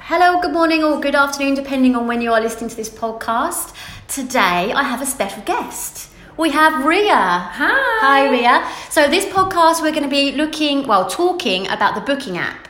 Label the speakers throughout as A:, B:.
A: Hello, good morning, or good afternoon, depending on when you are listening to this podcast. Today, I have a special guest. We have Ria.
B: Hi.
A: Hi, Ria. So, this podcast, we're going to be looking, well, talking about the booking app.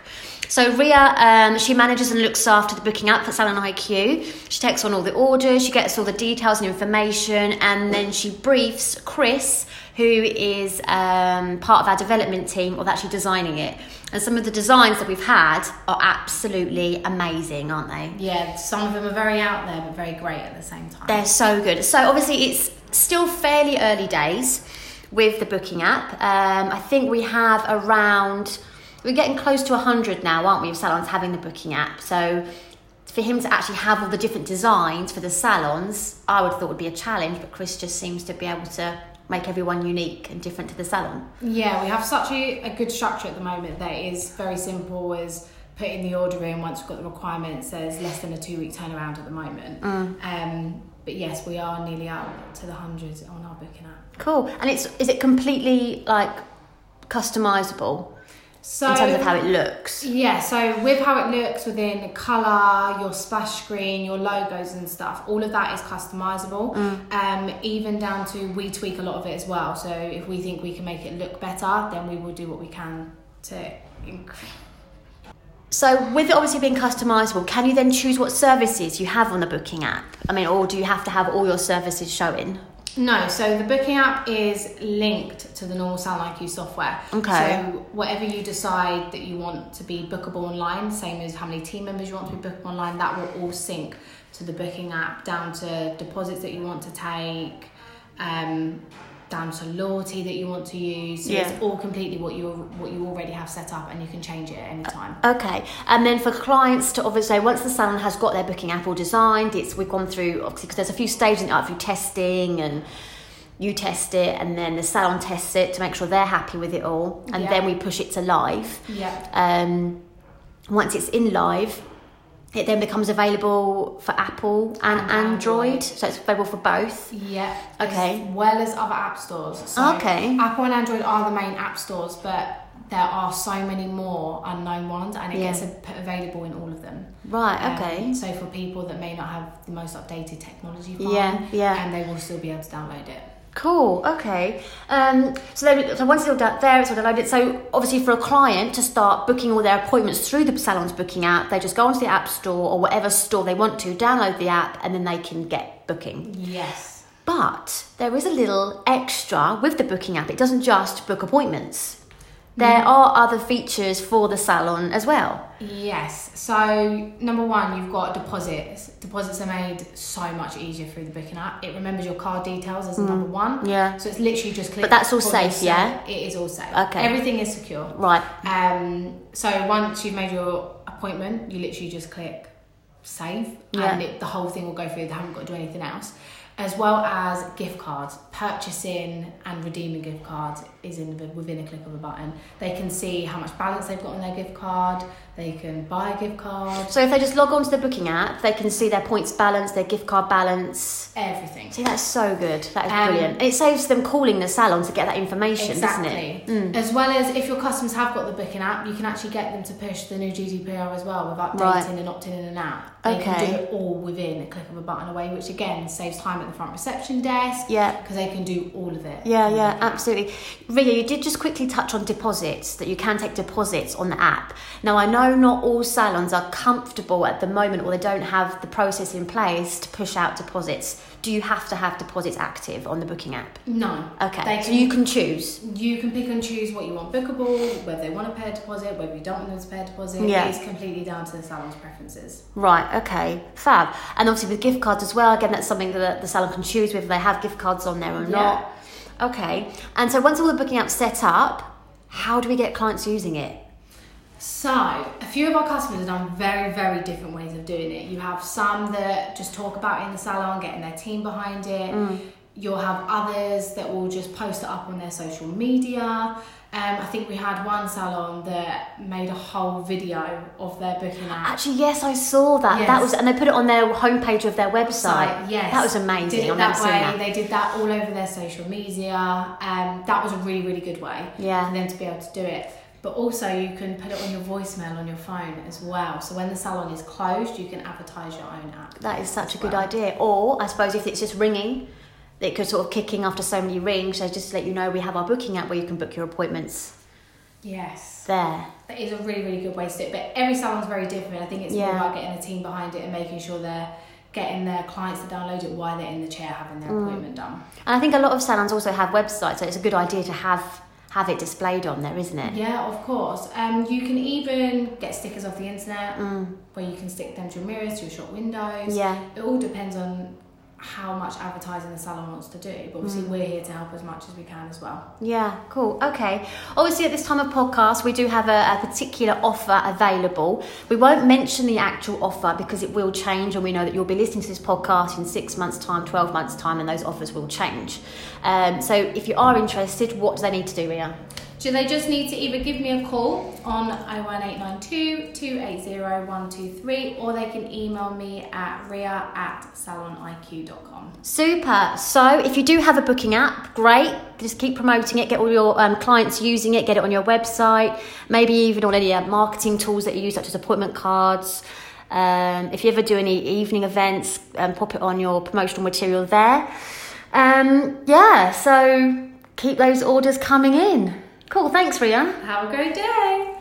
A: So, Ria, um, she manages and looks after the booking app for Salon IQ. She takes on all the orders, she gets all the details and information, and then she briefs Chris, who is um, part of our development team of actually designing it. And some of the designs that we've had are absolutely amazing, aren't they?
B: Yeah, some of them are very out there, but very great at the same time.
A: They're so good. So obviously, it's still fairly early days with the booking app. Um, I think we have around we're getting close to hundred now, aren't we? Of salons having the booking app. So for him to actually have all the different designs for the salons, I would have thought would be a challenge. But Chris just seems to be able to make everyone unique and different to the salon.
B: yeah, we have such a, a good structure at the moment that is very simple as putting the order in once we've got the requirements. There's less than a two week turnaround at the moment.
A: Mm.
B: Um, but yes, we are nearly up to the hundreds on our booking app.
A: Cool. And it's is it completely like customizable
B: So
A: in terms of how it looks?
B: Yeah, so with how it looks within the colour, your splash screen, your logos and stuff, all of that is customisable. Um, even down to we tweak a lot of it as well. So if we think we can make it look better, then we will do what we can to increase.
A: So, with it obviously being customisable, can you then choose what services you have on the booking app? I mean, or do you have to have all your services showing?
B: No, so the booking app is linked to the normal Sound IQ software.
A: Okay.
B: So whatever you decide that you want to be bookable online, same as how many team members you want to be bookable online, that will all sync to the booking app, down to deposits that you want to take, um, down to loyalty that you want to use. So
A: Yeah.
B: it's all completely what you what you already have set up, and you can change it at any time.
A: Okay, and then for clients to obviously, once the salon has got their booking app all designed, it's we've gone through obviously because there's a few stages in the art through testing and you test it, and then the salon tests it to make sure they're happy with it all, and
B: Yeah.
A: then we push it to live.
B: Yep.
A: Um, once it's in live, it then becomes available for Apple and,
B: And
A: Android.
B: Android.
A: so it's available for both.
B: Yeah.
A: Okay.
B: As well as other app stores. So
A: Okay.
B: Apple and Android are the main app stores, but there are so many more unknown ones, and it
A: Yeah.
B: gets a- available in all of them. Um,
A: Right. Okay.
B: so for people that may not have the most updated technology, fine,
A: Yeah, yeah.
B: and they will still be able to download it.
A: Cool. Okay. Um, so then, so once it's all down there, it's all downloaded. So obviously, for a client to start booking all their appointments through the salon's booking app, they just go onto the app store or whatever store they want to, download the app, and then they can get booking.
B: Yes.
A: But there is a little extra with the booking app. It doesn't just book appointments.
B: Mm.
A: There are other features for the salon as well.
B: Yes. So number one, you've got deposits. Deposits are made so much easier through the booking app. It remembers your card details as number one.
A: Yeah.
B: So it's literally just click.
A: Mm. that's all
B: for
A: safe,
B: yourself.
A: yeah?
B: It is all safe.
A: Okay.
B: Everything is secure.
A: Right.
B: Um, so once you've made your appointment, you literally just click save,
A: Yeah.
B: and it, the whole thing will go through. They haven't got to do anything else. As well as gift cards, purchasing and redeeming gift cards is in the, within a click of a button. They can see how much balance they've got on their gift card. They can buy a gift card.
A: So if they just log onto the booking app, they can see their points balance, their gift card balance.
B: Everything.
A: See, that's so good. That is
B: Um,
A: brilliant. It saves them calling the salon to get that information, doesn't it?
B: Exactly. As well as if your customers have got the booking app, you can actually get them to push the new GDPR as well with updating
A: Right.
B: and opting in and out. They
A: Okay.
B: can do it all within a click of a button away, which again saves time at the front reception desk
A: Yeah.
B: because they can do all of it.
A: Yeah, yeah, uh, absolutely. Ria, you did just quickly touch on deposits, that you can take deposits on the app. Now, I know not all salons are comfortable at the moment or they don't have the process in place to push out deposits. Do you have to have deposits active on the booking app?
B: No.
A: Okay,
B: They
A: so
B: can-
A: you can choose.
B: You can pick and choose what you want bookable, whether they want to pay a deposit, whether you don't want them to pay a deposit.
A: Yeah.
B: It's completely down to the salon's preferences.
A: Right, okay, fab. And obviously with gift cards as well, again, that's something that the salon can choose whether they have gift cards on there or not. Okay, and so once all the booking app's set up, how do we get clients using it?
B: So, a few of our customers have done very, very different ways of doing it. You have some that just talk about it in the salon, getting their team behind it.
A: Mm.
B: You'll have others that will just post it up on their social media. Um, I think we had one salon that made a whole video of their booking app.
A: Actually, yes, I saw that. That
B: Yes.
A: was, and they put it on their homepage of their website.
B: website. Yes,
A: that was amazing.
B: Did it
A: I've never
B: that
A: seen
B: way.
A: that.
B: They did that all over their social media. Um, that was a really really good way.
A: Yeah.
B: for them to be able to do it. But also, you can put it on your voicemail on your phone as well. So when the salon is closed, you can advertise your own app.
A: That is such a good
B: Wow.
A: idea. Or I suppose if it's just ringing, it could sort of kicking after so many rings. So just to let you know, we have our booking app where you can book your appointments
B: Yes.
A: there.
B: That is a really, really good way to do it. But every salon's very different. I think it's more
A: Yeah.
B: about getting a team behind it and making sure they're getting their clients to download it while they're in the chair having
A: Mm.
B: their appointment done.
A: And I think a lot of salons also have websites, so it's a good idea to have have it displayed on there, isn't it?
B: Yeah, of course. Um, you can even get stickers off the internet
A: Mm.
B: where you can stick them to your mirrors, to your shop windows.
A: Yeah.
B: It all depends on how much advertising the salon wants to do. But obviously, we're here to help as much as we can as well.
A: Yeah, cool. Okay. Obviously, at this time of podcast, we do have a, a particular offer available. We won't mention the actual offer because it will change, and we know that you'll be listening to this podcast in six months' time, 12 months' time, and those offers will change. Um, so, if you are interested, what do they need to do, Ria?
B: So they just need to either give me a call on 01892 280 123 or they can email me at ria at saloniq.com.
A: Super. So, if you do have a booking app, great. Just keep promoting it. Get all your um, clients using it. Get it on your website. Maybe even on any uh, marketing tools that you use, such as appointment cards. Um, if you ever do any evening events, um, pop it on your promotional material there. Um, yeah. So keep those orders coming in. Cool. Thanks, Ria.
B: Have a great day!